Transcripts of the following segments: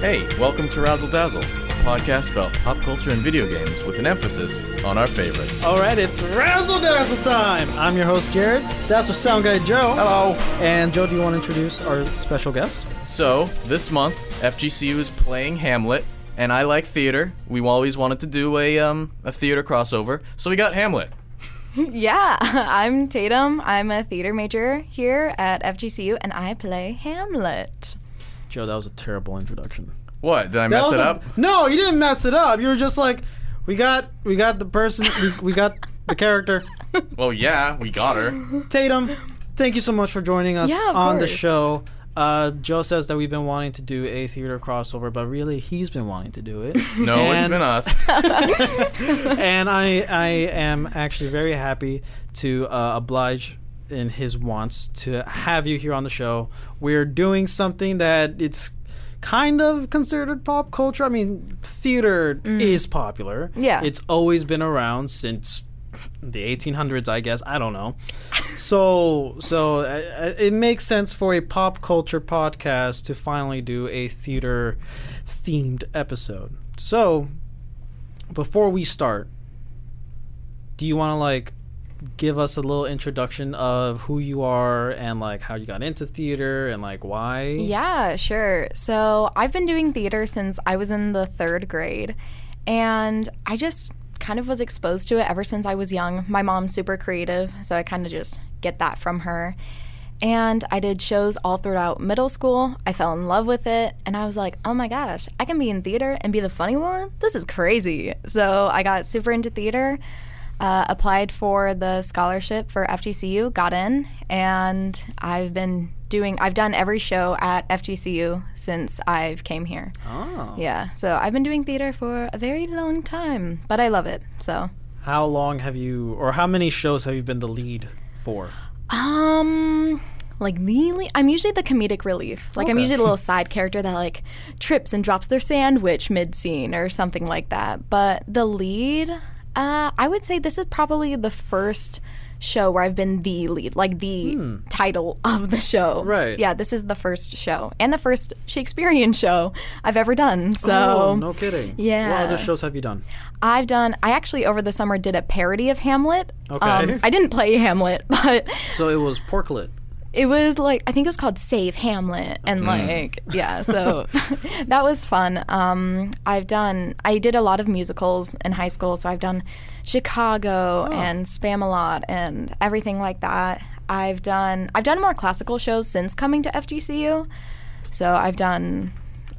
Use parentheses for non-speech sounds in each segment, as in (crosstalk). Hey, welcome to Razzle Dazzle, a podcast about pop culture and video games with an emphasis on our favorites. All right, it's Razzle Dazzle time. I'm your host, Jared. That's with Sound Guy Joe. Hello! And Joe, do you want to introduce our special guest? So, this month, FGCU is playing Hamlet, and I like theater. We always wanted to do a, um, a theater crossover, so we got Hamlet. Yeah, (laughs) I'm Tatum. I'm a theater major here at FGCU, and I play Hamlet. Joe, that was a terrible introduction. What? Did I mess it up? No, you didn't mess it up. You were just like, we got, we got the person, we, we got the (laughs) character. Well, yeah, we got her. Tatum, thank you so much for joining us Yeah, of on the course. show. Uh, Joe says that we've been wanting to do a theater crossover, but really he's been wanting to (laughs) do it. No, it's And- been us. and I I am actually very happy to uh, oblige in his wants to have you here on the show. We're doing something that it's kind of considered pop culture. I mean, theater is popular. Yeah. It's always been around since the 1800s, I guess. I don't know. So, so uh, it makes sense for a pop culture podcast to finally do a theater themed episode. So, before we start, do you want to like give us a little introduction of who you are and like how you got into theater and like why? Yeah, sure. So I've been doing theater since I was in the third grade, and I just kind of was exposed to it ever since I was young. My mom's super creative, so I kind of just get that from her. And I did shows all throughout middle school. I fell in love with it, and I was like, oh my gosh, I can be in theater and be the funny one? This is crazy. So I got super into theater. Uh, applied for the scholarship for FGCU, got in, and I've been doing. I've done every show at FGCU since I've came here. Oh. Yeah, so I've been doing theater for a very long time, but I love it. So, How long have you or how many shows have you been the lead for? um, like the I'm usually the comedic relief. Like I'm Okay. usually (laughs) the little side character that like trips and drops their sandwich mid scene or something like that. But the lead, uh, I would say this is probably the first show where I've been the lead, like the title of the show. Hmm. Right. Yeah, this is the first show and the first Shakespearean show I've ever done. So oh, no kidding. What yeah. other shows have you done? I've done. I actually over the summer did a parody of Hamlet. Um, Okay. I didn't play Hamlet, (laughs) but So it was Porklet. it was like I think it was called Save Hamlet, and like yeah, so (laughs) that was fun. Um, I've done. I did a lot of musicals in high school, so I've done Chicago and Spamalot and everything like that. I've done. I've done more classical shows since coming to FGCU. So I've done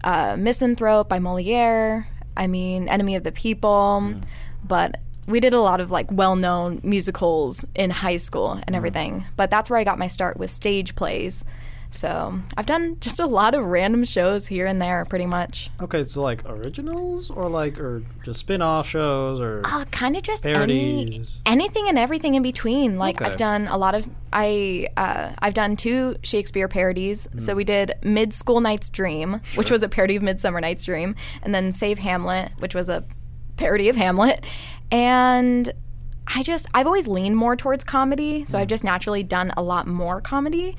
uh, Misanthrope by Moliere. I mean, Enemy of the People. But we did a lot of like well known musicals in high school and everything. But that's where I got my start with stage plays. So I've done just a lot of random shows here and there, pretty much. Okay, so like originals or like or just spin-off shows or Uh, kind of just any, Parodies. anything and everything in between. Like Okay. I've done a lot of I uh, I've done two Shakespeare parodies. Hmm. So we did Mid School Night's Dream, which was a parody of Midsummer Night's Dream, and then Save Hamlet, which was a parody of Hamlet. And I just I've always leaned more towards comedy, Hmm. so I've just naturally done a lot more comedy.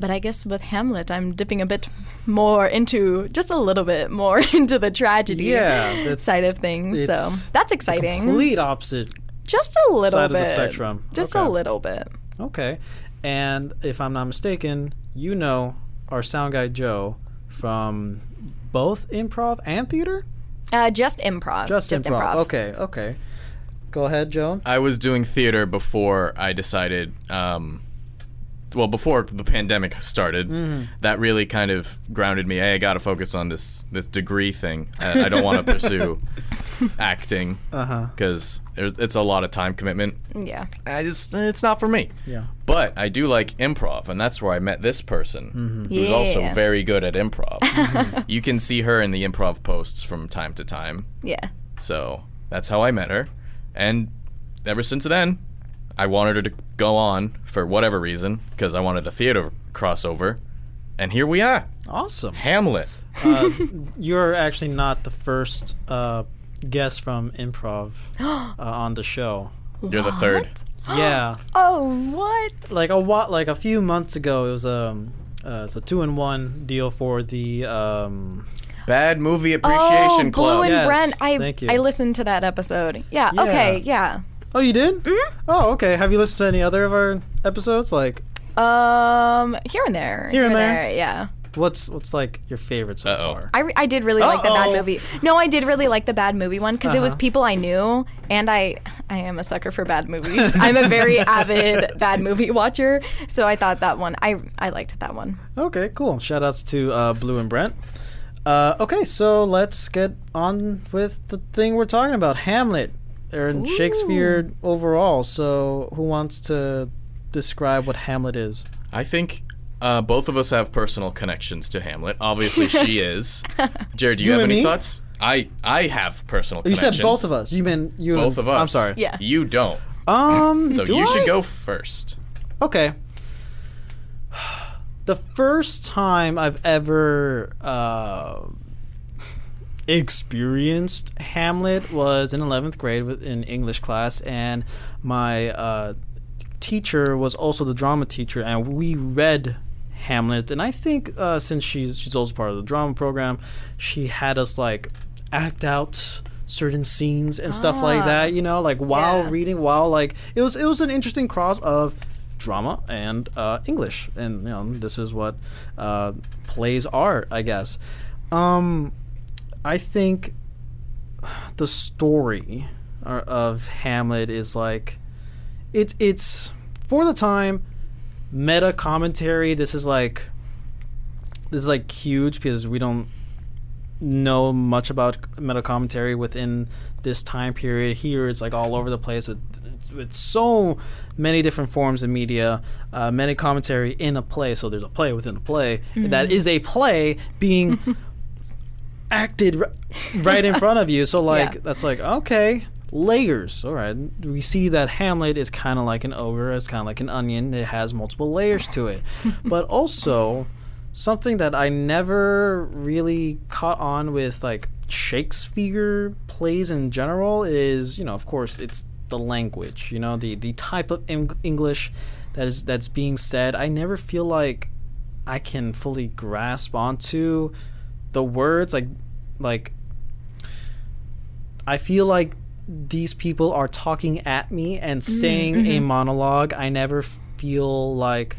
But I guess with Hamlet, I'm dipping a bit more into just a little bit more (laughs) into the tragedy Yeah, that's- (laughs) side of things. So it's that's exciting complete opposite. just a little side of the bit spectrum. just Okay. a little bit Okay. And if I'm not mistaken, you know our sound guy Joe from both improv and theater? uh, just improv Just, improv. Okay, okay. Go ahead, Joe. I was doing theater before I decided, um, well, before the pandemic started. That really kind of grounded me. Hey, I got to focus on this this degree thing. I, I don't want to pursue acting because it's a lot of time commitment. yeah I just it's not for me. Yeah. But I do like improv, and that's where I met this person, who's also Yeah. very good at improv. you can see her in the improv posts from time to time. yeah So that's how I met her. And ever since then, I wanted her to go on for whatever reason because I wanted a theater crossover. And here we are Awesome. Hamlet. You're actually not the first uh, guest from (gasps) improv uh, on the (gasps) show. You're the third. Yeah. oh what like a what like a few months ago it was um uh, it's a two in one deal for the um Bad Movie Appreciation Club. oh, Blue and Yes, Brent. I thank you. I listened to that episode. Yeah. Okay. Yeah. Oh, you did? Oh, okay. Have you listened to any other of our episodes? Like, Um, here and there. Here and there. Yeah. what's what's like your favorite so Uh-oh. far? I, re- I did really like the bad Uh-oh. Uh-huh. movie. No, I did really like the bad movie one because it was people I knew, and I I am a sucker for bad movies. (laughs) I'm a (laughs) very avid bad movie watcher, so I thought that one I I liked that one. Okay, cool. Shout outs to uh, Blue and Brent. Uh, okay, so let's get on with the thing we're talking about Hamlet and Shakespeare overall. So, who wants to describe what Hamlet is? I think uh, both of us have personal connections to Hamlet. (laughs) Obviously, she is. Jared, do you, You have and any me? thoughts? I I have personal Oh, You connections. said both of us. You mean you and- Both of us. I'm sorry. Yeah. You don't. Um, So do you I? should go (laughs) first. Okay. The first time I've ever uh, experienced Hamlet was in 11th grade with, in English class, and my uh, teacher was also the drama teacher, and we read Hamlet. And I think uh, since she's she's also part of the drama program, she had us like act out certain scenes and stuff like Ah. that. You know, like while Yeah. reading, while like it was it was an interesting cross of drama and uh, English, and you know this is what uh, plays are, I guess. Um, I think the story uh, of Hamlet is like it's it's for the time meta commentary. This is like this is like huge because we don't know much about meta commentary within this time period. Here, it's like all over the place with with so many different forms of media, uh, many commentary in a play. So there's a play within a play and that is a play being acted r- right in front of you. So like Yeah. that's like okay. Layers. All right. We see that Hamlet is kind of like an ogre. It's kind of like an onion. It has multiple layers to it. but also, something that I never really caught on with like Shakespeare plays in general is, you know, of course, it's the language, you know, the the type of Eng- English that is that's being said. I never feel like I can fully grasp onto the words like like I feel like these people are talking at me and saying a monologue. I never feel like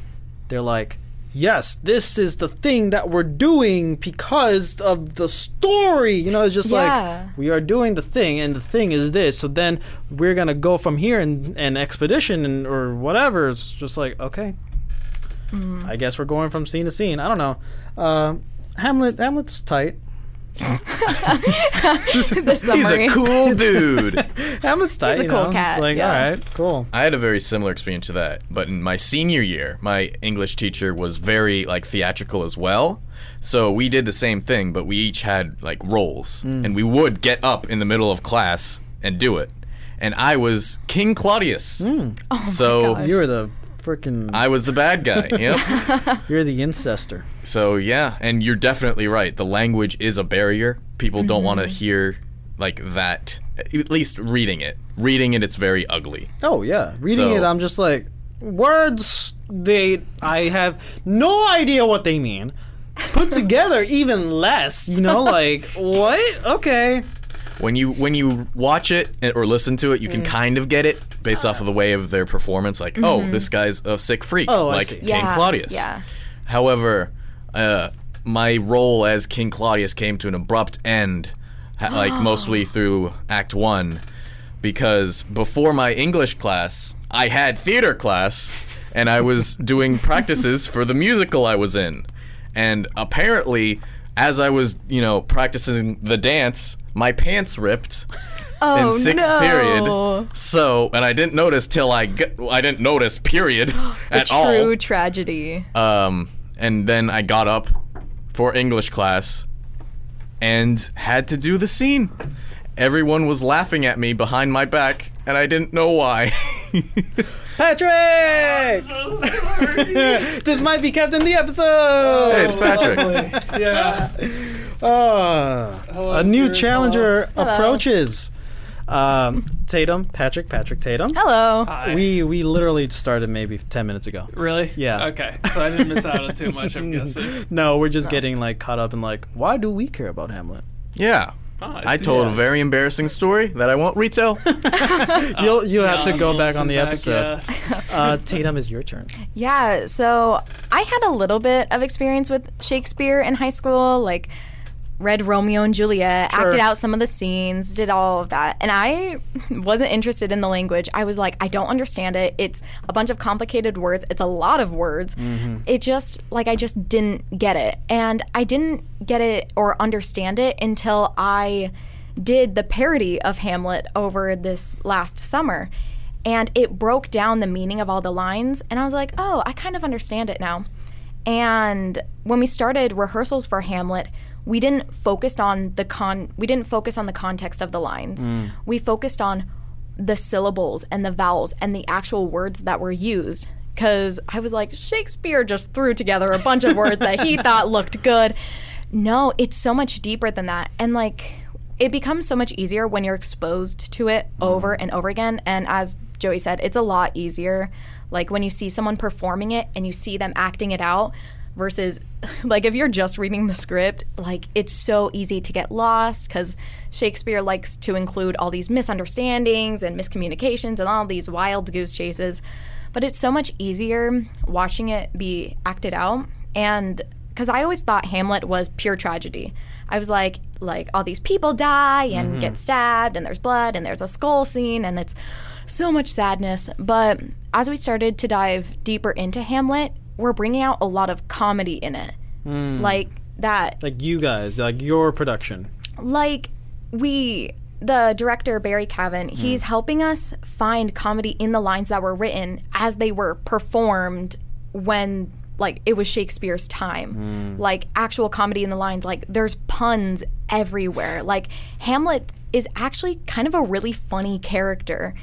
they're like, yes, this is the thing that we're doing because of the story. You know, it's just Yeah. like we are doing the thing, and the thing is this. So then we're gonna go from here and an expedition and or whatever. It's just like okay, I guess we're going from scene to scene. I don't know. Uh, Hamlet, Hamlet's tight. The summary. He's a cool (laughs) dude. Hamlet's tight. a you cool know? cat, It's like yeah. all right, cool. I had a very similar experience to that, but in my senior year, my English teacher was very like theatrical as well. So we did the same thing, but we each had like roles, and we would get up in the middle of class and do it. And I was King Claudius. (laughs) so gosh. You were the freaking. I was the bad guy. Yep. You're the incester. So yeah, and you're definitely right. The language is a barrier. People don't want to hear like that. At least reading it. Reading it, it's very ugly. Oh yeah, reading So- it, I'm just like words. They, I have no idea what they mean. (laughs) Put together, even less. You know, like what? Okay. When you when you watch it or listen to it, you Mm. can kind of get it based off of the way of their performance. Like, oh, this guy's a sick freak, Mm-hmm. Oh, I like see. King yeah. Claudius. Yeah. However, uh, my role as King Claudius came to an abrupt end, ha- (gasps) like mostly through Act One, because before my English class, I had theater class, and I (laughs) was doing practices for the musical I was in, and apparently, as I was, you know, practicing the dance, my pants ripped. Oh, in sixth no. period, so and I didn't notice till I g- I didn't notice (gasps) period at all. True tragedy. Um, and then I got up for English class and had to do the scene. Everyone was laughing at me behind my back, and I didn't know why. (laughs) Patrick, (laughs) this might be kept in the episode. Hey, it's Oh, Patrick. yeah. Ah, Hello, a new viewers, Ah, challenger Hello. approaches. Um, Tatum, Patrick, Patrick Tatum. Hello. Hi. We we literally started maybe ten minutes ago. really? Yeah. Okay, so I didn't miss out on too much. (laughs) I'm guessing. No, we're just getting like caught up in like why do we care about Hamlet? Yeah. Ah, I see. told a very embarrassing story that I won't retell. (laughs) You'll you have to Oh, Yeah, go back Wilson on the back, episode. yeah. Uh, Tatum is your turn. Yeah, so I had a little bit of experience with Shakespeare in high school, like read Romeo and Juliet, Sure. acted out some of the scenes, did all of that. And I (laughs) wasn't interested in the language. I was like, I don't understand it. It's a bunch of complicated words. It's a lot of words. It just like I just didn't get it. And I didn't get it or understand it until I did the parody of Hamlet over this last summer and it broke down the meaning of all the lines and i was like oh i kind of understand it now and when we started rehearsals for hamlet we didn't focus on the con we didn't focus on the context of the lines we focused on the syllables and the vowels and the actual words that were used because i was like shakespeare just threw together a bunch of words that he thought looked good no it's so much deeper than that and like it becomes so much easier when you're exposed to it over and over again. And as Joey said, it's a lot easier. Like when you see someone performing it and you see them acting it out versus (laughs) like if you're just reading the script, like it's so easy to get lost because Shakespeare likes to include all these misunderstandings and miscommunications and all these wild goose chases. But it's so much easier watching it be acted out. And because I always thought Hamlet was pure tragedy. I was like, like all these people die and get stabbed, and there's blood, and there's a skull scene, and it's so much sadness. But as we started to dive deeper into Hamlet, we're bringing out a lot of comedy in it, like that, Like you guys, like your production. like we. The director Barry Cavan, he's helping us find comedy in the lines that were written as they were performed when like it was Shakespeare's time like actual comedy in the lines like there's puns everywhere like hamlet is actually kind of a really funny character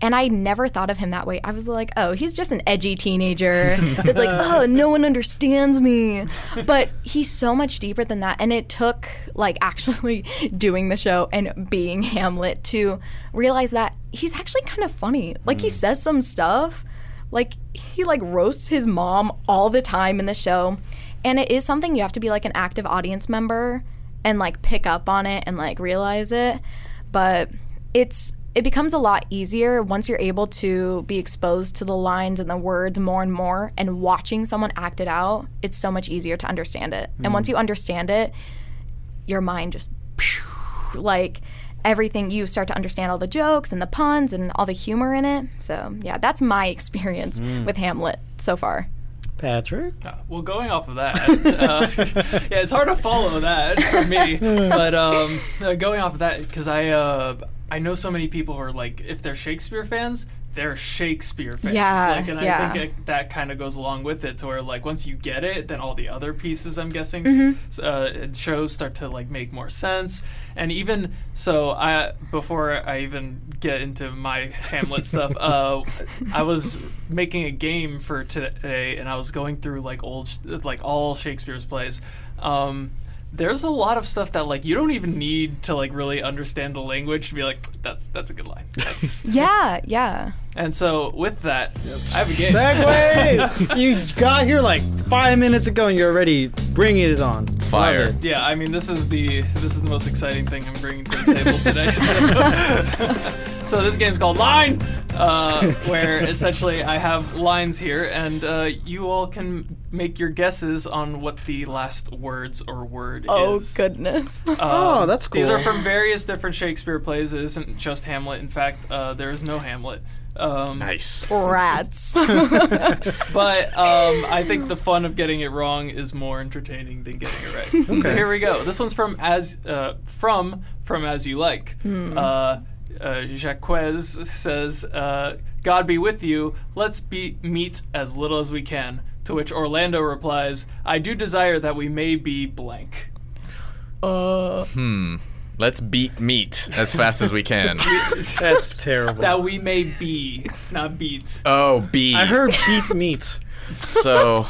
and i never thought of him that way i was like oh he's just an edgy teenager that's like oh no one understands me but he's so much deeper than that and it took like actually (laughs) doing the show and being hamlet to realize that he's actually kind of funny like he says some stuff like he like roasts his mom all the time in the show and it is something you have to be like an active audience member and like pick up on it and like realize it but it's it becomes a lot easier once you're able to be exposed to the lines and the words more and more and watching someone act it out it's so much easier to understand it and once you understand it your mind just like everything you start to understand all the jokes and the puns and all the humor in it so yeah that's my experience with hamlet so far Patrick? Well, going off of that, (laughs) uh, yeah, it's hard to follow that for me. But um, uh, going off of that, because I uh, I know so many people who are like, if they're Shakespeare fans, they're Shakespeare fans. Yeah, like, and yeah. I think it, that kind of goes along with it, to where like once you get it, then all the other pieces, I'm guessing, Mm-hmm. s- uh, and shows start to like make more sense. And even so, I before I even get into my Hamlet stuff, uh, I was making a game for today, and I was going through like old, sh- like all Shakespeare's plays. Um, there's a lot of stuff that like you don't even need to like really understand the language to be like that's that's a good line. That's, yeah yeah and so with that, I have a game. (laughs) Segway! (laughs) you got here like five minutes ago and you're already bringing it on. Love Fire. it. Yeah, I mean this is the this is the most exciting thing I'm bringing to (laughs) the table today. So, (laughs) So this game's called Line, uh, where essentially I have lines here, and uh, you all can make your guesses on what the last words or word oh is. Um, goodness Uh, Oh, that's cool. These are from various different Shakespeare plays. It isn't just Hamlet. In fact, uh, there is no Hamlet. Um, Nice. (laughs) rats But (laughs) um, I think the fun of getting it wrong is more entertaining than getting it right. So here we go. This one's from as uh, from from as you like. Uh, uh, Jacques says, uh, "God be with you. Let's be meet as little as we can." To which Orlando replies, "I do desire that we may be blank." Let's beat meat as fast as we (laughs) can. That's terrible. That we may be, not beat. Oh, beat. I heard beat meat. So,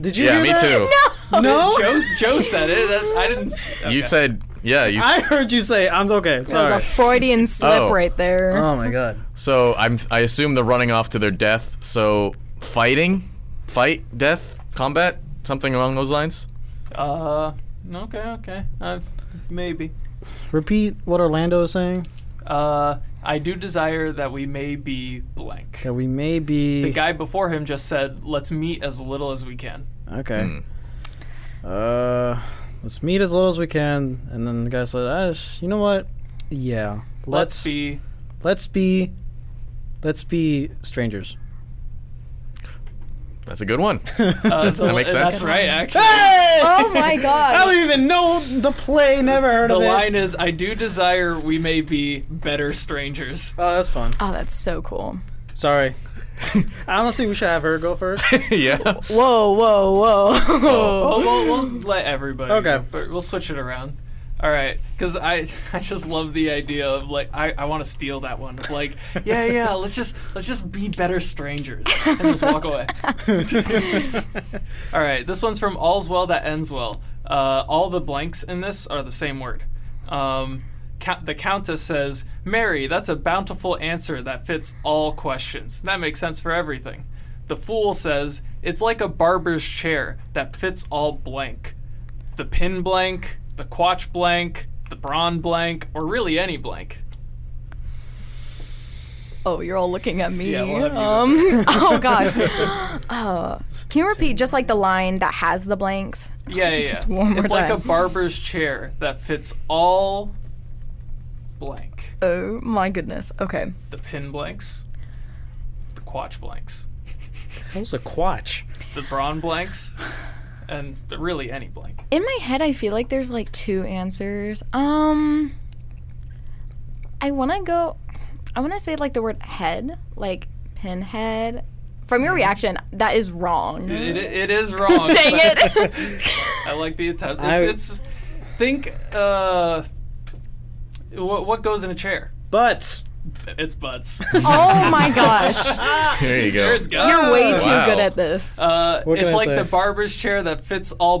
Did (laughs) you yeah, hear me that? too. (laughs) No? Joe, Joe said it. That, I didn't. s- okay. You said, yeah. You, I heard you say I'm okay. That Sorry. (laughs) was a Freudian slip Oh. right there. Oh my god. so I'm. I assume they're running off to their death. So fighting, fight, death, combat, something along those lines. Uh, okay, okay. Uh, maybe. Repeat what Orlando is saying. Uh, I do desire that we may be blank. That we may be The guy before him just said, "Let's meet as little as we can." Okay. Hmm. Uh, let's meet as little as we can, and then the guy said, ah, sh- "You know what? Yeah, Let's, (laughs) be. let's be let's be strangers." That's a good one. Uh, it's That a li- makes That's sense. right, actually. (laughs) Oh (laughs) my I god. don't even know the play. Never heard The of it. line is, "I do desire we may be (laughs) better strangers." Oh, that's fun. Oh, that's so cool. Sorry. (laughs) Honestly, we should have her go (laughs) first. (laughs) yeah. Whoa, whoa, whoa. Well, we'll, we'll let everybody. Okay. go fir- We'll switch it around. All right, because I (laughs) I just love the idea of like I, I want to steal that one. Of like yeah yeah let's just let's just be better strangers and just walk away. All right, this one's from All's Well That Ends Well. Uh, all the blanks in this are the same word. Um, count, the Countess says, Mary, that's a bountiful answer that fits all questions. That makes sense for everything. The Fool says, It's like a barber's chair that fits all blank. The pin blank, the quatch blank, the brawn blank, or really (laughs) any blank. (laughs) Oh, you're all looking at me. Yeah, we'll have you go um, (laughs) oh gosh. (laughs) oh, can you repeat just like the line that has the blanks? Yeah, yeah, yeah. Just one more it's like a time. barber's chair that fits all blank. Oh my goodness. Okay. the pin blanks, the quatch blanks, What's a quatch? the brawn blanks, and the really any blank. In my head, I feel like there's like two answers. Um, I want to go. I want to say like the word head, like pinhead. From your reaction, that is wrong. Mm-hmm. It, (laughs) it is wrong. Dang but it. (laughs) I like the attempt. I- It's, it's think uh, what what goes in a chair? But It's (laughs) butts. oh (laughs) my gosh. There you go. There's guts. You're way Oh, too wow. good at this. Uh, can it's I like say? the barber's chair that fits all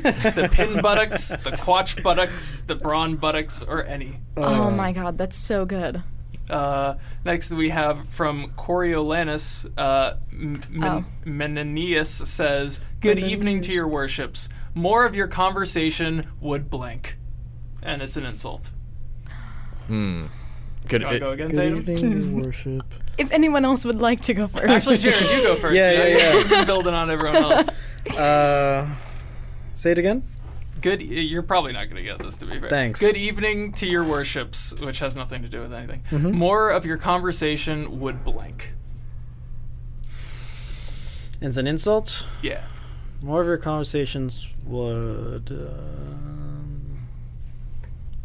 (laughs) the pin buttocks, the quatch buttocks, the brawn buttocks, or any. oh my god, that's so good. Uh, next we have from Coriolanus. Uh, M- Men- Oh. Menenius says, "Good evening to your worships. More of your conversation would blank," and it's an insult. Could You want to it- go again, Tatum? evening, (laughs) your worship. If anyone else would like to go first. Actually, Jared, (laughs) you go first. Yeah, yeah, yeah. You've been building (laughs) on everyone else. Uh, say it again. Good. You're probably not going to get this, to be fair. Thanks. Good evening to your worships, which has nothing to do with anything. Mm-hmm. More of your conversation would blank. It's an insult. Yeah. More of your conversations would um,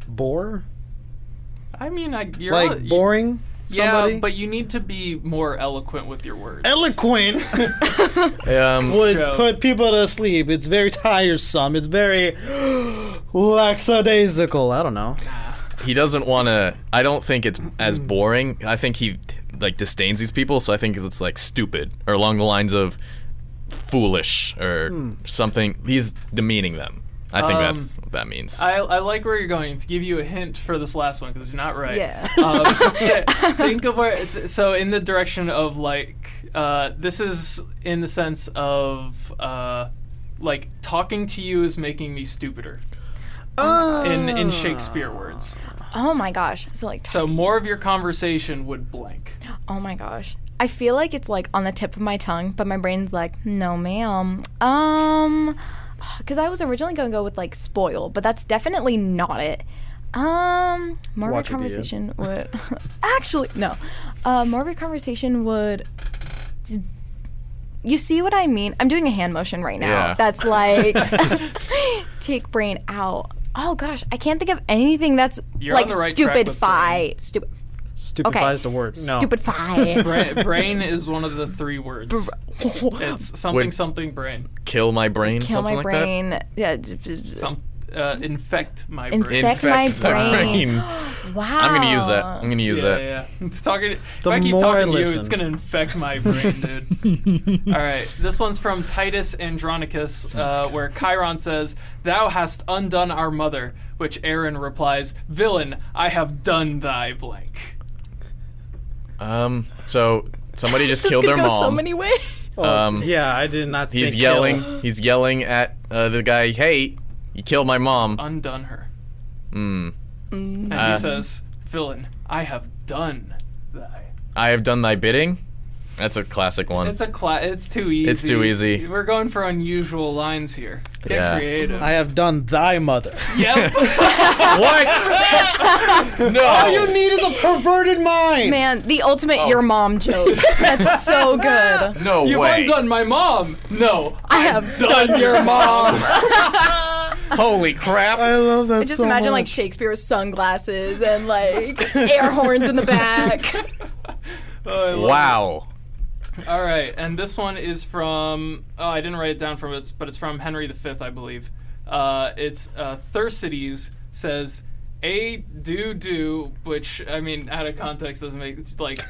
bore, I mean, I, you're like you- boring. Somebody? Yeah, but you need to be more eloquent with your words. (laughs) eloquent (laughs) Um, would Joe. put people to sleep. It's very tiresome. It's very (gasps) lackadaisical. I don't know. he doesn't want to. I don't think it's as boring. I think he like disdains these people, so I think it's like stupid or along the lines of foolish or something. He's demeaning them. I think that's what that means. I, I like where you're going. To give you a hint for this last one, because you're not right. Yeah. (laughs) Um, yeah, think of where. Th- so in the direction of like, uh, this is in the sense of uh, like talking to you is making me stupider. Uh, In in Shakespeare words. oh my gosh. So like So more of your conversation would blank. oh my gosh. I feel like it's like on the tip of my tongue, but my brain's like, no ma'am. Um (sighs) because I was originally gonna go with like spoil, but that's definitely not it. Um more of a Watch it, Ian. conversation would (laughs) actually no. Uh more of a conversation would you see what I mean? I'm doing a hand motion right now. Yeah. That's (laughs) like (laughs) take brain out. Oh gosh, I can't think of anything that's You're on like the right track stupid with fi stupid Stupidify Okay. is the word. No. (laughs) stupid fi. Bra- brain is one of the three words. It's something Would- something brain. Kill my brain. Kill something my like brain. Yeah. j- j- j- Some uh, infect my Infect brain. Infect (laughs) my Infect my brain. brain. Wow. I'm gonna use that. Ah. I'm gonna use yeah, that. yeah. (laughs) It's talking. The if I keep more I talking to you, it's listen. gonna infect my brain, (laughs) dude. All right, this one's from Titus Andronicus, uh, where Chiron says, "Thou hast undone our mother," which Aaron replies, "Villain, I have done thy blank." Um. So somebody just (laughs) This killed could their go mom. so many ways. Oh. um. yeah, I did not. He's think yelling. Kill. He's yelling at uh, the guy. Hey, you killed my mom. Uh, Undone her, Mm. and Uh. he says, "Villain, I have done thy." I have done thy bidding. That's a classic one. It's a cla- It's too easy. It's too easy. We're going for unusual lines here. Get Yeah. creative. I have done thy mother. (laughs) yep. (laughs) what? no. All you need is a perverted mind. Man, the ultimate Oh. your mom joke. (laughs) That's so good. no You've way. undone my mom. No, I have done, (laughs) your mom. Holy I crap. love that. Just so imagine like much. Shakespeare with sunglasses and like air horns in the back. Oh, I love Wow. it. All right, and this one is from. Oh, I didn't write it down from it, but it's from Henry V, I believe. Uh, it's uh, Thersites says. A do do, which I mean, out of context doesn't make it's (laughs) like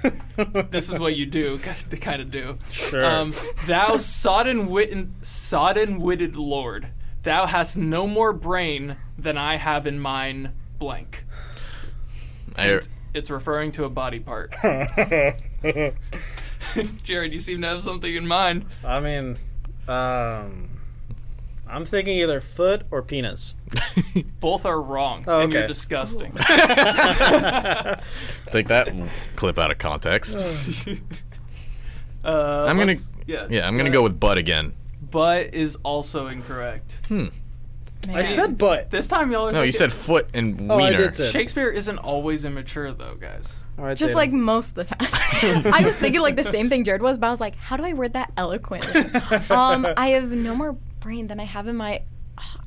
this is what you do, (laughs) the kind of do. Sure. Um, thou sodden witten, sodden witted lord, thou hast no more brain than I have in mine. Blank. I, It's referring to a body part. (laughs) Jared, you seem to have something in mind. I mean, um, I'm thinking either foot or penis. Both are wrong, Oh, and you're okay. (laughs) disgusting. take that clip out of context. Oh. Uh, I'm gonna- let's- Yeah. Yeah, I'm gonna go with butt again. But is also incorrect. I said butt. This time y'all. Are Hmm. No, you thinking- said foot and wiener. Oh, I did say. Shakespeare isn't always immature, though, guys. All right, Just Tatum. like most of the time. I was thinking like the same thing Jared was, but I was like, how do I word that eloquently? um, I have no more brain than I have in my.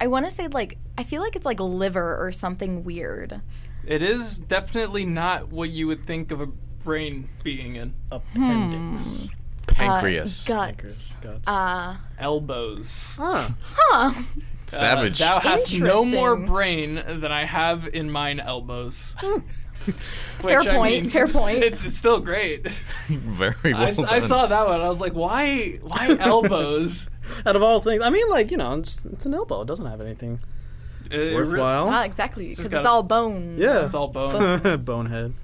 I want to say like I feel like it's like liver or something weird. Uh, It is definitely not what you would think of a brain being in. appendix. Uh, Pancreas. guts. Guts. Uh, Elbows. Huh. huh. Savage. Uh, thou hast no more Interesting. brain than I have in mine (laughs) elbows. Fair Which, I point, mean, fair point. It's, it's still great. (laughs) Very well (laughs) I, s- I done. saw that one. I was like, why? (laughs) Why elbows? Out of all things, I mean, like you know, it's, it's an elbow. It doesn't have anything It re- worthwhile. Not exactly, because it's gotta- all bone. yeah. (laughs) It's all bone. Bonehead.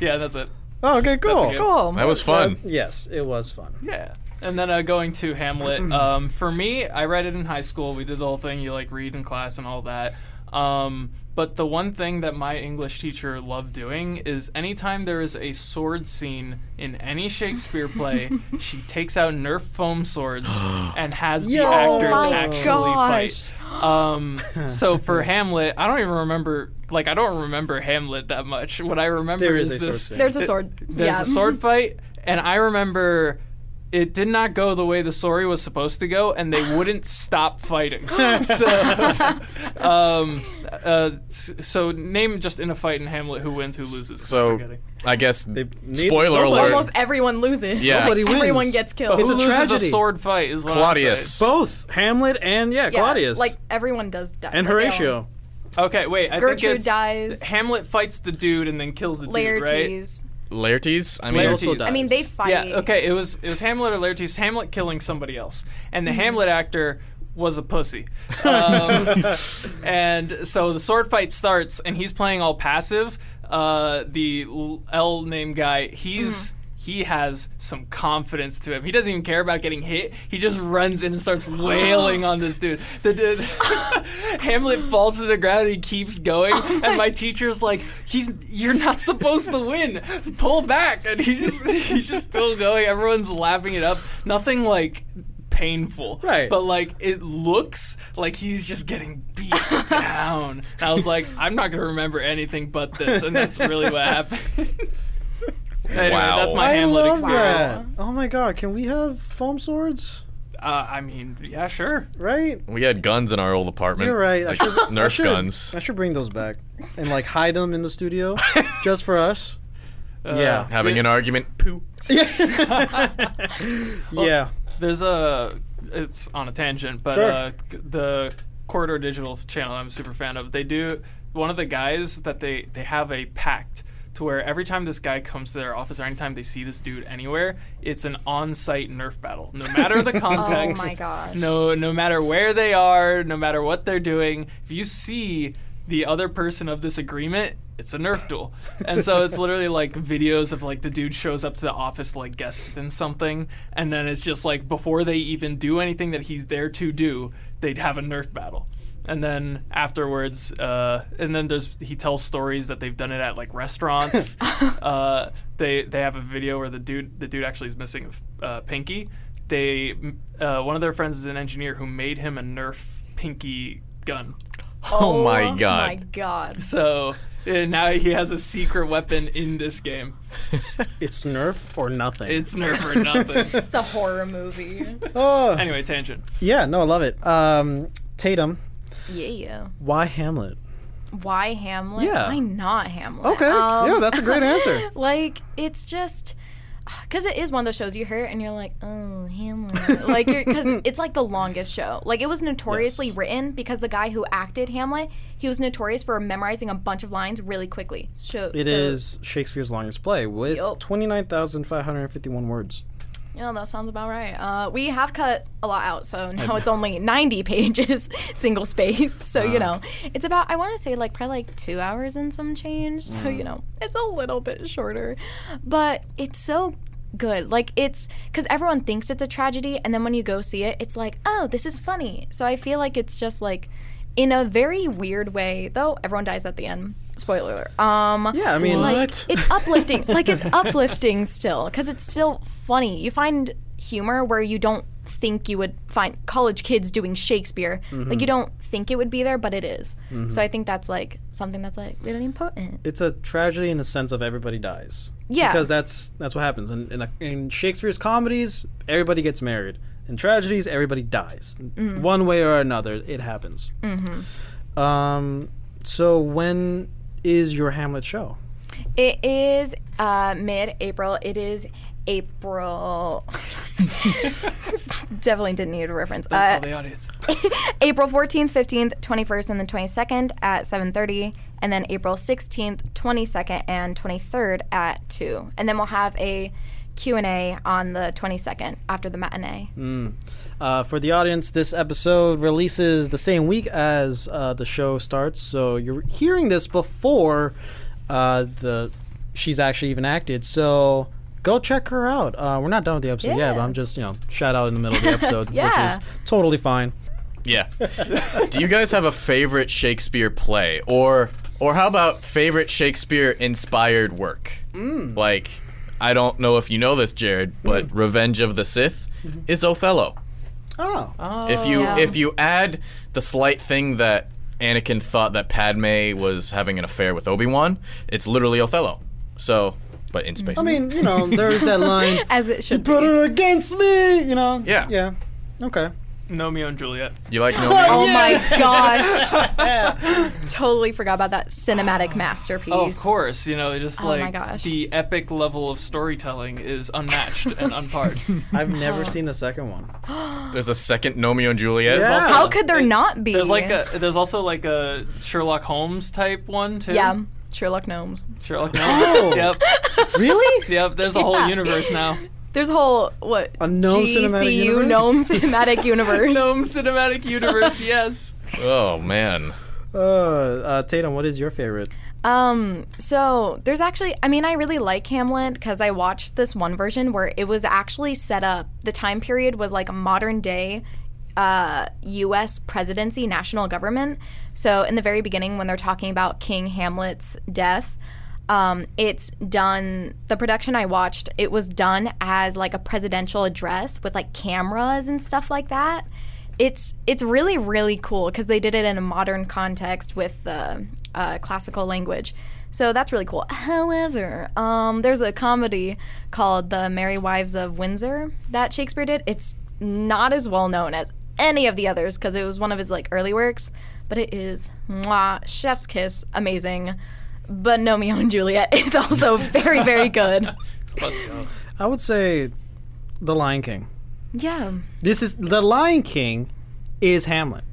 yeah, that's it. Oh, okay, cool. (laughs) good. Cool. That was fun. Yes, it was fun. Yeah. And then uh, going to Mm-hmm. Hamlet. Um, for me, I read it in high school. We did the whole thing. You like read in class and all that. Um, but the one thing that my English teacher loved doing is anytime there is a sword scene in any (laughs) Shakespeare play, she takes out Nerf (gasps) foam swords and has the Yeah. Oh actors my actually gosh. fight. Um, so (laughs) for Hamlet, I don't even remember. Like I don't remember Hamlet that much. What I remember There is a sword this scene. There's a sword. there's yeah. (laughs) a sword (laughs) fight, and I remember it did not go the way the story was supposed to go, and they wouldn't stop (laughs) fighting. Oh. (laughs) so, um, uh, s- so name just in a fight in Hamlet who wins, who loses. I'm So forgetting. I guess need- spoiler Nobody- alert. Almost everyone loses. Yeah. Nobody wins. Everyone gets But killed. who It's a loses tragedy. a sword fight is what I'm Claudius. saying. Both Hamlet and yeah, Yeah, Claudius. Like everyone does die. and Like, they all- Horatio. Okay, wait. I Gertrude think it's, dies. Hamlet fights the dude and then kills the dude, Laertes. Laertes. I mean, right? Laertes. also I mean, they fight. Yeah, okay, it was it was Hamlet or Laertes, Hamlet killing somebody else. And Mm-hmm. the Hamlet actor was (laughs) a pussy. Um, and so the sword fight starts and he's playing all passive. Uh, the l- L name guy, he's he has some confidence to him. He doesn't even care about getting hit. He just runs in and starts wailing on this dude. The dude (laughs) Hamlet falls to the ground and he keeps going. and my teacher's like, "He's you're not supposed to win. Pull back." And he just (laughs) he's just still going. Everyone's laughing it up. Nothing like painful, Right. But like it looks like he's just getting beat down. And I was like, I'm not gonna remember anything but this, and that's really what happened. anyway, Wow. that's my Hamlet experience. that. Oh my god, can we have foam swords? Uh, I mean, yeah, sure. Right? we had guns in our old apartment. You're right. I Like should- Nerf I should, guns. I should bring those back and like hide them in (laughs) the studio just for us. (laughs) Uh, Yeah. Having an argument. Poo. yeah. There's a it's on a tangent, but Sure. uh, c- the Corridor Digital channel I'm a super fan of. They do one of the guys that they they have a pact to where every time this guy comes to their office or anytime they see this dude anywhere, it's an on-site Nerf battle, no matter the context. Oh my gosh. No, no matter where they are, no matter what they're doing, if you see the other person of this agreement, it's a Nerf duel. And so it's literally like videos of like the dude shows up to the office like guest in something, and then it's just like before they even do anything that he's there to do, they'd have a Nerf battle. And then afterwards, uh, and then there's he tells stories that they've done it at like (laughs) restaurants. uh, they they have a video where the dude the dude actually is missing a f- uh, pinky, they m- uh, one of their friends is an engineer who made him a Nerf pinky gun. Oh, my My god. God. So uh, now he has a secret weapon in this game. It's Nerf or nothing. It's Nerf or nothing. (laughs) It's a horror (laughs) movie. oh, anyway, tangent. yeah, no, I love it. Um, Tatum, yeah. why Hamlet? Why Hamlet? Yeah. Why not Hamlet? Okay, Um, yeah, that's a great answer. (laughs) like it's just because it is one of those shows you hear it and you're like, (laughs) oh, Hamlet. like because it's like the longest show. Like it was notoriously Yes. written because the guy who acted Hamlet, he was notorious for memorizing a bunch of lines really quickly. So (laughs) It is Shakespeare's longest play with Yup. 29,551 words. Yeah, that sounds about right. Uh, we have cut a lot out, so now it's only 90 (laughs) pages, single spaced. (laughs) So, you know, it's about, I want to say, like, probably like two hours and some change. So, Mm. you know, it's a little bit shorter. But it's so good. Like, it's because everyone thinks it's a tragedy. And then when you go see it, it's like, oh, this is funny. So I feel like it's just like, in a very weird way, though, everyone dies at the end. Spoiler. alert. Um, Yeah, I mean, like, What? it's uplifting. like it's uplifting still because it's still funny. You find humor where you don't think you would find college kids doing Shakespeare. Like you don't think it would be there, but it is. So I think that's like something that's like really important. it's a tragedy in the sense of everybody dies. Yeah. Because that's that's what happens. In, in, a, in Shakespeare's comedies, everybody gets married. In tragedies, everybody dies. One way or another, it happens. Mm-hmm. Um, so when is your Hamlet show? It is uh, mid-April. It is April. (laughs) Definitely didn't need a reference. Uh, Tell the audience. April 14th, 15th, 21st, and the 22nd at 7.30, and then April 16th, 22nd, and 23rd at 2. And then we'll have a Q&A on the 22nd after the matinee. Mm. Uh, for the audience, this episode releases the same week as uh, the show starts, so you're hearing this before uh, the she's actually even acted. So go check her out. Uh, we're not done with the episode yet, but Yeah. I'm just you know shout out in the middle of the (laughs) episode, Yeah. which is totally fine. (laughs) Yeah. Do you guys have a favorite Shakespeare play or or how about favorite Shakespeare inspired work? Mm. Like I don't know if you know this Jared, but Revenge of the Sith Mm-hmm. is Othello. Oh, if you yeah. if you add the slight thing that Anakin thought that Padme was having an affair with Obi-Wan, it's literally Othello. So, but in space. I mean you (laughs) know there's that line. As it should Put be. her against me, you know. Yeah. Yeah. Okay. Nomeo and Juliet. you (laughs) like no Oh my gosh. (laughs) totally forgot about that (sighs) cinematic masterpiece. Oh, of course. You know, just Oh my like gosh. the epic level of storytelling is unmatched and unparred. (laughs) I've never seen the second one. There's a second Nomeo and Juliet. Yeah. also- How could there not be? There's like a there's also like a Sherlock Holmes type one too. Yeah, Sherlock Gnomes. Sherlock Holmes. Oh. (laughs) Yep. Really? Yep. There's a whole Yeah. universe (laughs) now. There's a whole, what, A gnome cinematic universe? (laughs) Gnome Cinematic Universe. Gnome cinematic universe. Yes. Oh man. (laughs) Uh, uh, Tatum, what is your favorite? Um, so there's actually, I mean, I really like Hamlet because I watched this one version where it was actually set up, the time period was like a modern day uh, US presidency, national government. So in the very beginning, when they're talking about King Hamlet's death, um, it's done the production i watched it was done as like a presidential address with like cameras and stuff like that it's it's really really cool because they did it in a modern context with the uh, classical language so that's really cool however um, there's a comedy called the merry wives of windsor that shakespeare did it's not as well known as any of the others because it was one of his like early works but it is mwah, chef's kiss amazing but Nomeo and Juliet (laughs) is also very, very good. Let's go. I would say The Lion King. Yeah. This is The Lion King is Hamlet.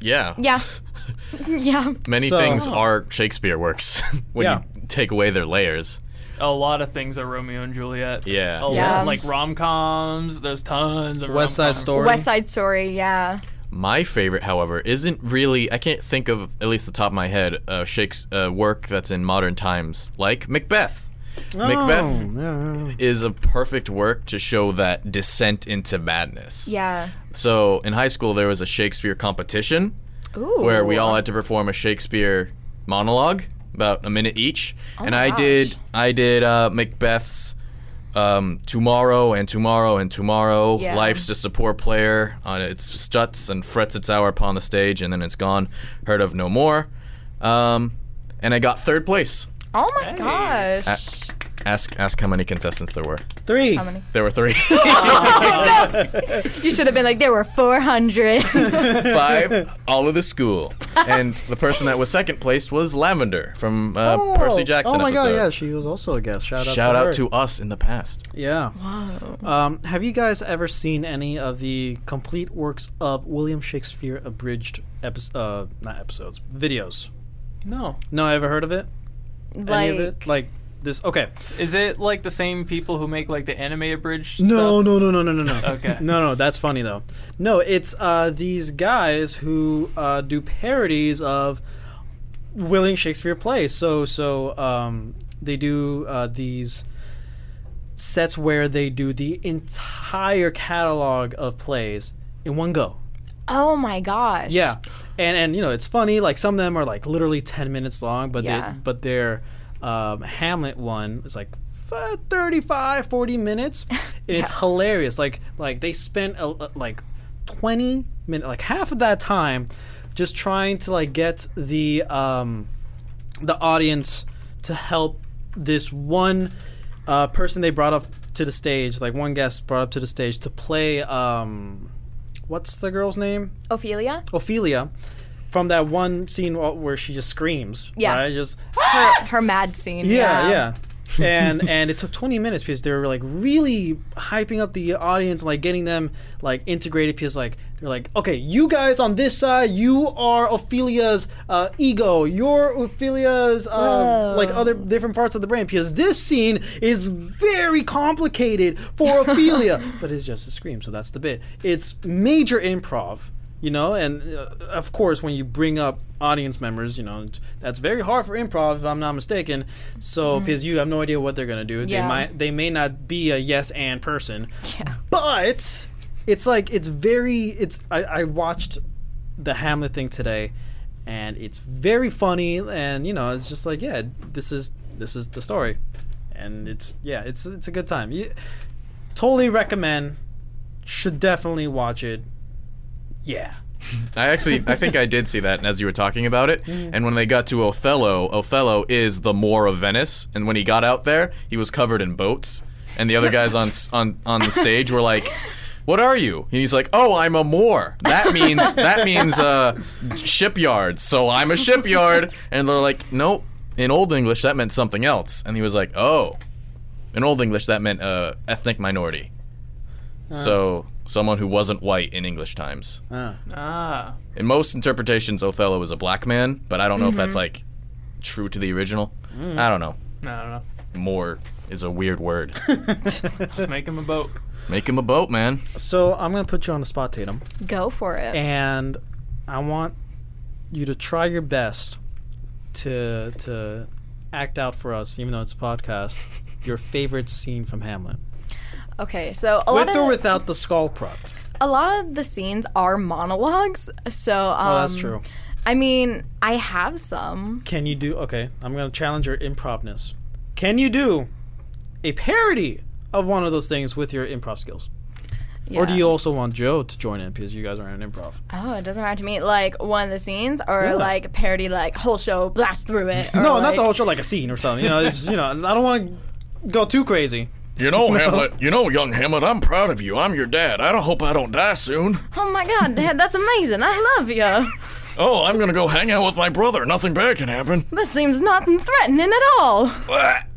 Yeah. Yeah. (laughs) yeah. Many So- things are Shakespeare works (laughs) when Yeah. you take away their layers. A lot of things are Romeo and Juliet. Yeah. A Yeah. lot, like rom coms. There's tons of West Side rom-coms. Story. West Side Story. Yeah. My favorite, however, isn't really. I can't think of at least the top of my head uh, Shakes uh, work that's in modern times, like Macbeth. Macbeth Oh, yeah. is a perfect work to show that descent into madness. Yeah. So in high school, there was a Shakespeare competition Ooh. where we all had to perform a Shakespeare monologue, about a minute each. and Oh my I did gosh. I did uh, Macbeth's um, tomorrow and tomorrow and tomorrow. Yeah. Life's just a poor player. On it struts and frets its hour upon the stage, and then it's gone. Heard of no more. Um, and I got third place. Oh my Hey. gosh. Uh, Ask ask how many contestants there were. Three. How many? There were (laughs) three. (laughs) You should have been like there were (laughs) 400. Five, all of the school. And the person that was second place was Lavender from uh, Oh, Percy Jackson Oh my episode. god, yeah, she was also a guest. Shout out Shout to out her. to us in the past. Yeah. wow. Um, have you guys ever seen any of the complete works of William Shakespeare abridged episodes? Uh, not episodes, videos. No. No, ever heard of it? (laughs) Like any of it? Like this? Okay. Is it like the same people who make like the anime abridged? No, stuff? no, no, no, no, no, no. Okay. (laughs) No, no, that's funny though. No, it's uh, these guys who uh, do parodies of William Shakespeare plays. So, so um, they do uh, these sets where they do the entire catalog of plays in one go. oh my gosh. Yeah, and and you know it's funny. Like some of them are like literally ten minutes long, but Yeah. they, but their um, Hamlet one is like f- 35, 40 minutes. And It's hilarious. Like like they spent a, a- like twenty minutes, like half of that time, just trying to like get the um, the audience to help this one uh, person they brought up to the stage, like one guest brought up to the stage to play. Um, what's the girl's name? Ophelia? Ophelia from that one scene wh- where she just screams. Yeah. Right? (gasps) Just Her, her mad scene. yeah, yeah. and and it took 20 minutes because they were like really hyping up the audience and like getting them like integrated because like they're like okay you guys on this side you are Ophelia's uh, ego you're Ophelia's uh, Whoa. like other different parts of the brain because this scene is very complicated for Ophelia but it's just a scream so that's the bit it's major improv you know and uh, of course when you bring up audience members you know that's very hard for improv if i'm not mistaken so because you have no idea what they're going to do they Yeah. might they may not be a yes and person Yeah. but it's like it's very it's i, I watched the hamlet thing today and it's very funny and you know it's just like yeah this is this is the story and it's yeah it's it's a good time you, totally recommend should definitely watch it yeah I actually, I think I did see that and as you were talking about it. And when they got to Othello, Othello is the Moor of Venice. And when he got out there, he was covered in boats. And the other guys on s- on on the stage were like, "What are you?" And he's like, "Oh, I'm a Moor. That means that means uh, shipyard. So I'm a shipyard." And they're like, "Nope." In Old English, that meant something else. And he was like, "Oh." In Old English, that meant uh, ethnic minority. So someone who wasn't white in English times. uh, Ah. In most interpretations, Othello is a black man, but I don't know if that's Mm-hmm. like true to the original. Mm. I don't know. No, I don't know. More is a weird (laughs) word. Just make him a boat. (laughs) Make him a boat, man. so i'm gonna put you on the spot tatum Go for it. and I want you to try your best to to act out for us, even though it's a podcast. Your favorite scene from Hamlet, okay, so a lot with or of without the skull prop. a lot of the scenes are monologues. So um, Oh, that's true. I mean, I have some. Can you do? Okay, I'm gonna challenge your improvness. Can you do a parody of one of those things with your improv skills, or do Yeah. you also want Joe to join in because you guys are in improv? Oh, it doesn't matter to me. Like one of the scenes, or Yeah. like parody, like whole show blast through it. Or no, not like- the whole show, like a scene or something. You know, it's, you know, I don't want to go too crazy. You (laughs) know, Hamlet. You know, young Hamlet. I'm proud of you. I'm your dad. I don't hope I don't die soon. Oh my god, (laughs) Dad, that's amazing! I love you. Oh, I'm gonna go hang out with my brother. Nothing bad can happen. This seems nothing threatening at all. That's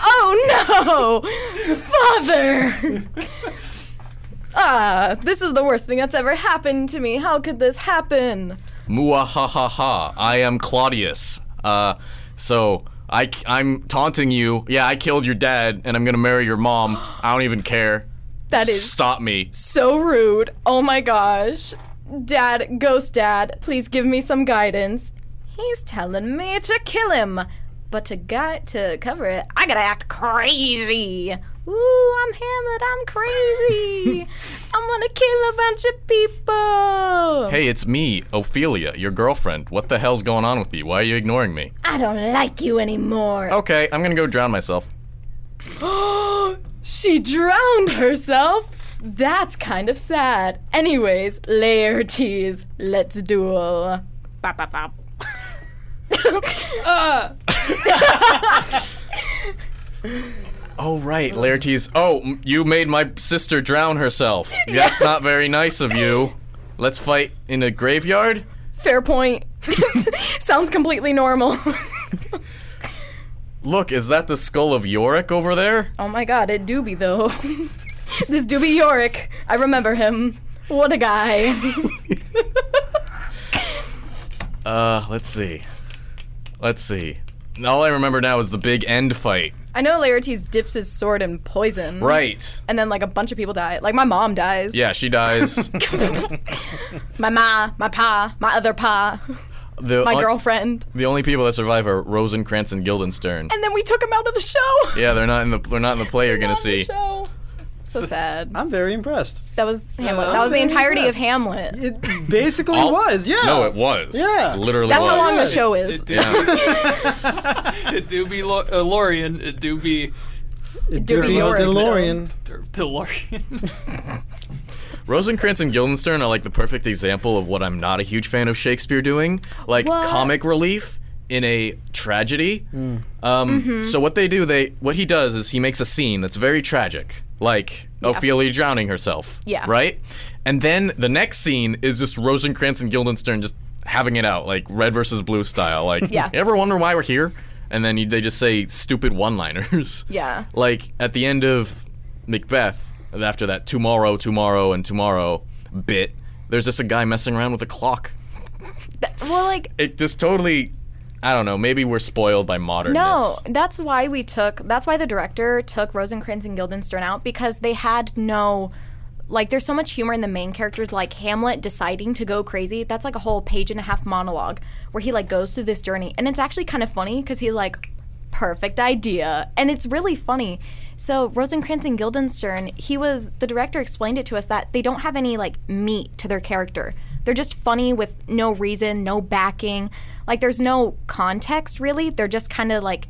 Oh no, father! ah, this is the worst thing that's ever happened to me. How could this happen? (laughs) Muahahaha, I am Claudius. Uh, so I, am taunting you. Yeah, I killed your dad, and I'm gonna marry your mom. I don't even care. That is Stop me. so rude. Oh my gosh. Dad, ghost dad, please give me some guidance. He's telling me to kill him. But to got to cover it, I gotta act crazy. Ooh, I'm Hamlet, I'm crazy. I'm gonna kill a bunch of people. Hey, it's me, Ophelia, your girlfriend. What the hell's going on with you? Why are you ignoring me? I don't like you anymore. Okay, I'm gonna go drown myself. She drowned herself? That's kind of sad. Anyways, Laertes, let's duel. Bop, bop, bop. Uh, Oh right, Laertes. Oh, m- you made my sister drown (laughs) herself. That's not very nice of you. Let's fight in a graveyard. fair point. (laughs) Sounds completely normal. (laughs) Look, is that the skull of Yorick over there? oh my god, it do be though. (laughs) this do be Yorick. I remember him. What a guy. (laughs) Uh, let's see. Let's see. All I remember now is the big end fight. I know Laertes dips his sword in poison. Right. And then like a bunch of people die. Like my mom dies. Yeah, she (laughs) dies. My ma, my pa, my other pa, The my on- girlfriend. The only people that survive are Rosencrantz and Guildenstern. and then we took him out of the show. yeah, they're not in the they're not in the play you're gonna Not on the see. show. (laughs) So sad. I'm very impressed. That was Hamlet. I'm That was the very entirety of impressed. Hamlet. It basically All- was, yeah. No, it was. Yeah. Literally. That's was. how long the It- show it is. do- Yeah. (laughs) It do be Lo- uh, Lorian. It do be it did be was yours, though. DeLorean. Der- DeLorean. Rosencrantz and Guildenstern are like the perfect example of what I'm not a huge fan of Shakespeare doing, like What? Hmm. comic relief in a tragedy. Um, Mm-hmm. So what they do, they what he does is he makes a scene that's very tragic, like Ophelia drowning herself. Yeah. Right. And then the next scene is just Rosencrantz and Guildenstern just having it out, like red versus blue style. Like, Yeah. you ever wonder why we're here? And then you, they just say stupid one-liners. Yeah. Like at the end of Macbeth, after that tomorrow, tomorrow, and tomorrow bit, there's just a guy messing around with a clock. Th- well, like It just totally, I don't know. Maybe we're spoiled by modernness. no, that's why we took. That's why the director took Rosencrantz and Guildenstern out because they had no. Like there's so much humor in the main characters, like Hamlet deciding to go crazy. That's like a whole page and a half monologue where he like goes through this journey, and it's actually kind of funny because he like perfect idea. And it's really funny. So Rosencrantz and Guildenstern, he was the director explained it to us that they don't have any like meat to their character. They're just funny with no reason, no backing. Like there's no context really. They're just kind of like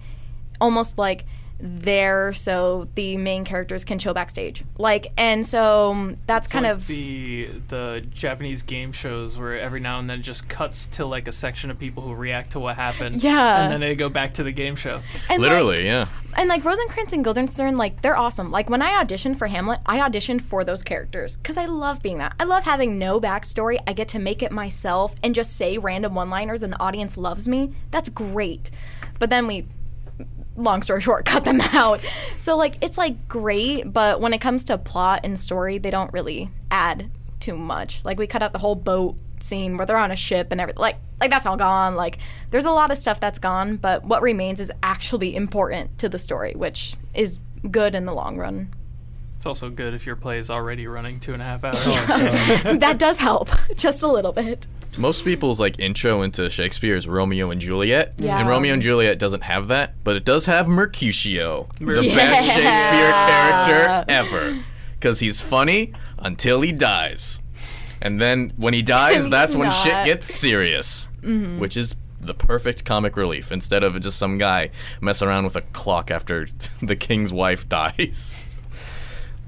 almost like there so the main characters can chill backstage. Like and so um, that's kind Like of the the Japanese game shows where every now and then it just cuts to like a section of people who react to what (laughs) happened. Yeah. And then they go back to the game show. and, like, Literally, yeah. and like Rosencrantz and Guildenstern, like they're awesome. Like when I auditioned for Hamlet, I auditioned for those characters because I love being that. I love having no backstory. I get to make it myself and just say random one-liners, and the audience loves me. That's great. But then we, long story short, (laughs) cut them out. So like it's like great, but when it comes to plot and story, they don't really add too much. Like we cut out the whole boat scene where they're on a ship and everything. Like like that's all gone. Like there's a lot of stuff that's gone, but what remains is actually important to the story, which is good in the long run. It's also good if your play is already running two and a (laughs) half hours. that does help (laughs) just a little bit. Most people's like intro into Shakespeare is Romeo and Juliet, Yeah. and Romeo and Juliet doesn't have that, but it does have Mercutio, the Yeah. best Shakespeare character ever, because he's funny until he dies, and then when he dies, He's that's when shit not. Mm-hmm. gets serious, which is the perfect comic relief instead of just some guy messing around with a clock after (laughs) the king's wife dies.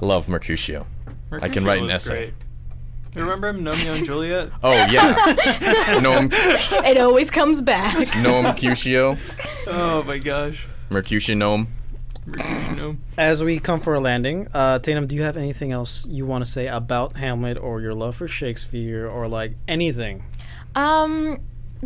I love Mercutio. I can write an essay. You remember him, Romeo and Juliet? (laughs) Oh (laughs) yeah, Noam It always comes back. (laughs) Noam Mercutio. Oh my gosh. Mercutio gnome. You know, As we come for a landing, uh, Tatum, do you have anything else you want to say about Hamlet or your love for Shakespeare or like anything? Um,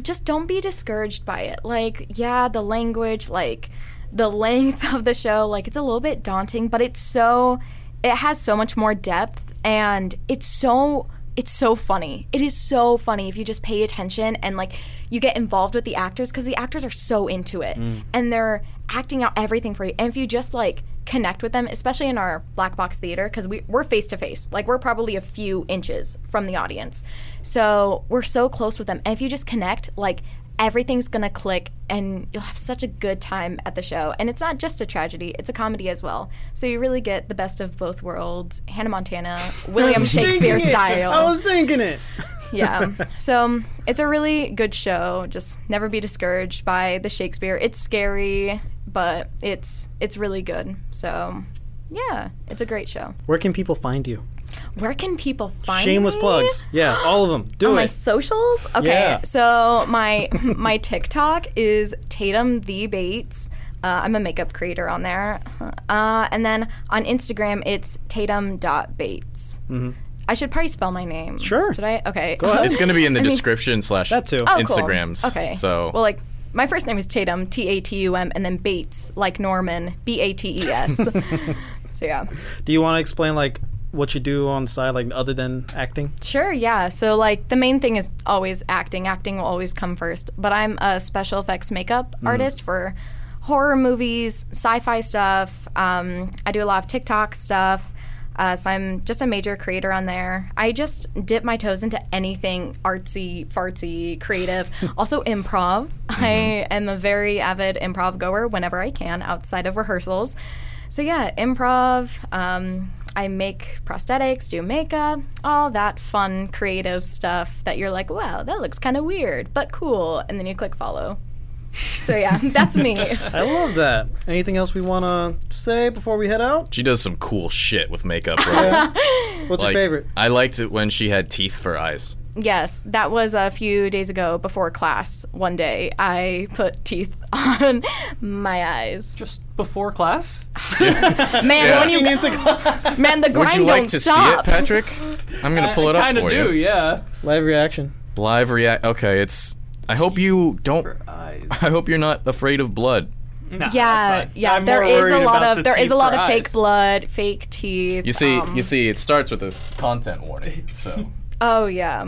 just don't be discouraged by it. Like, yeah, the language, like the length of the show, like it's a little bit daunting, but it's so it has so much more depth and it's so it's so funny. It is so funny if you just pay attention and like you get involved with the actors because the actors are so into it and they're acting out everything for you. And if you just like connect with them, especially in our black box theater, because we, we're face to face, like we're probably a few inches from the audience. So we're so close with them. And if you just connect, like everything's gonna click and you'll have such a good time at the show. And it's not just a tragedy, it's a comedy as well. So you really get the best of both worlds (laughs) Hannah Montana, William Shakespeare Thinking it. style. I was thinking it. yeah. So um, it's a really good show. Just never be discouraged by the Shakespeare. It's scary, but it's it's really good. So um, yeah, it's a great show. Where can people find you? Where can people find Shameless me? plugs. Yeah, all of them. Do on my it. socials. Okay, Yeah. so my (laughs) my TikTok is Tatum the Bates. Uh, I'm a makeup creator on there, uh, and then on Instagram it's Tatum.Bates. Mm-hmm. I should probably spell my name. Sure. Should I? Okay. Go ahead. It's going to be in the Oh, mean- description slash That too. Oh, (laughs) Oh, cool. Instagrams. Okay. So well, like my first name is Tatum, T A T U M, and then Bates, like Norman, B A T (laughs) E S. So yeah. Do you want to explain like what you do on the side, like other than acting? Sure, yeah. So, like, the main thing is always acting. Acting will always come first. But I'm a special effects makeup artist for horror movies, sci fi stuff. Um, I do a lot of TikTok stuff. Uh, so, I'm just a major creator on there. I just dip my toes into anything artsy, fartsy, creative. also, improv. I am a very avid improv goer whenever I can outside of rehearsals. So yeah, improv. Um, I make prosthetics, do makeup, all that fun creative stuff that you're like, wow, that looks kind of weird but cool, and then you click follow. So yeah, (laughs) that's me. I love that. Anything else we want to say before we head out? she does some cool shit with makeup. (laughs) Right? What's Like, your favorite? I liked it when she had teeth for eyes. Yes, that was a few days ago before class. One day, I put teeth (laughs) on my eyes. Just before class? Man, Yeah. when you It's like man, the Would grind you like don't to stop. see it, Patrick? I'm gonna pull it up kind of for do, you. (laughs) yeah. (laughs) live (laughs) reaction. (laughs) Live react. Okay, it's. I hope you don't. Eyes. I hope you're not afraid of blood. Nah, yeah, that's fine. yeah. I'm There more is a worried lot about the of there is teeth a lot for of fake eyes. blood, fake teeth. You see, um, you see, it starts with a s- content warning. (laughs) So Oh yeah.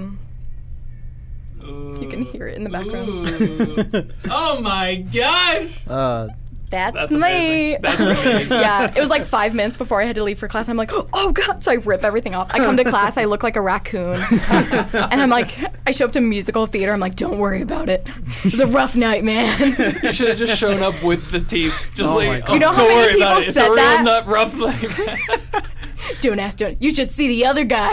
You can hear it in the background. Mm. oh my gosh! Uh, That's, That's me. (laughs) amazing. That's amazing. yeah, it was like five minutes before I had to leave for class. I'm like, oh god! So I rip everything off. I come to class, I look like a (laughs) raccoon, and I'm like, I show up to musical theater. I'm like, don't worry about it. It was a rough night, man. (laughs) You should have just shown up with the teeth. Just Oh my like, God. You know don't how many worry people about it. It's said a real that? nut rough (laughs) life. don't ask, don't. You should see the other guy.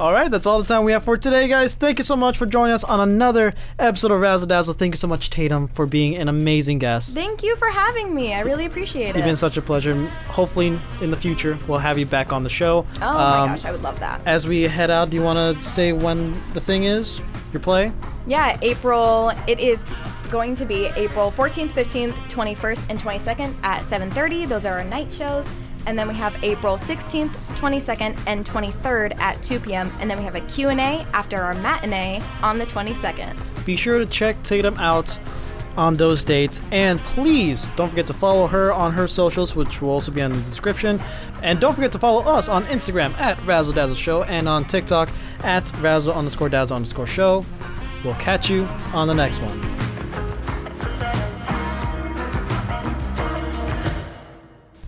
all right, that's all the time we have for today, guys. Thank you so much for joining us on another episode of Razzle Dazzle. Thank you so much, Tatum, for being an amazing guest. Thank you for having me. I really appreciate it. It's been such a pleasure. Hopefully, in the future, we'll have you back on the show. oh um, my gosh, I would love that. As we head out, do you want to say when the thing is? Your play? Yeah, April. It is going to be April 14th, 15th, 21st, and 22nd at 7:30. Those are our night shows. And then we have April 16th, 22nd, and 23rd at 2 p.m. And then we have a Q&A after our matinee on the 22nd. Be sure to check Tatum out on those dates. And please don't forget to follow her on her socials, which will also be in the description. And don't forget to follow us on Instagram at Razzle Dazzle Show and on TikTok at Razzle underscore Dazzle underscore Show. We'll catch you on the next one.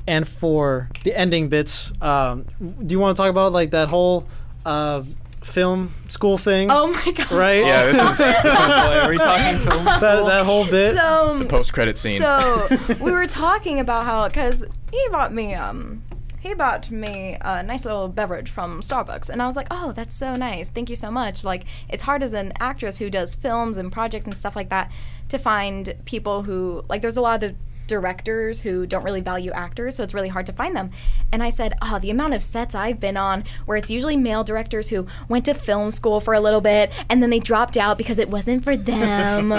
And for the ending bits, um, do you want to talk about like that whole uh, film school thing? Oh my god. right? yeah, this (laughs) is Are we talking film that, that whole bit. So post credit scene. So we were talking about how because he bought me um he bought me a nice little beverage from Starbucks, and I was like, oh, that's so nice. Thank you so much. Like it's hard as an actress who does films and projects and stuff like that to find people who like. There's a lot of the directors who don't really value actors, so it's really hard to find them. And I said, Oh, the amount of sets I've been on where it's usually male directors who went to film school for a little bit and then they dropped out because it wasn't for them.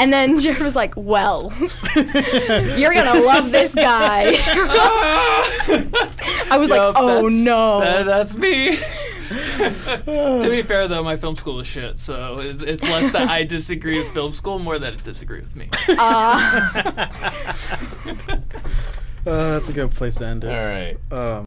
and then Jared was like, Well, (laughs) you're gonna love this (laughs) guy. I was like, Yup, Oh that's- no. that- Uh, that's me. (laughs) to be fair, though, my film school is shit, so it's, it's less that I (laughs) Uh, disagree (laughs) with film school, more that it disagree with me. (laughs) Uh, that's a good place to end it. All right. Um,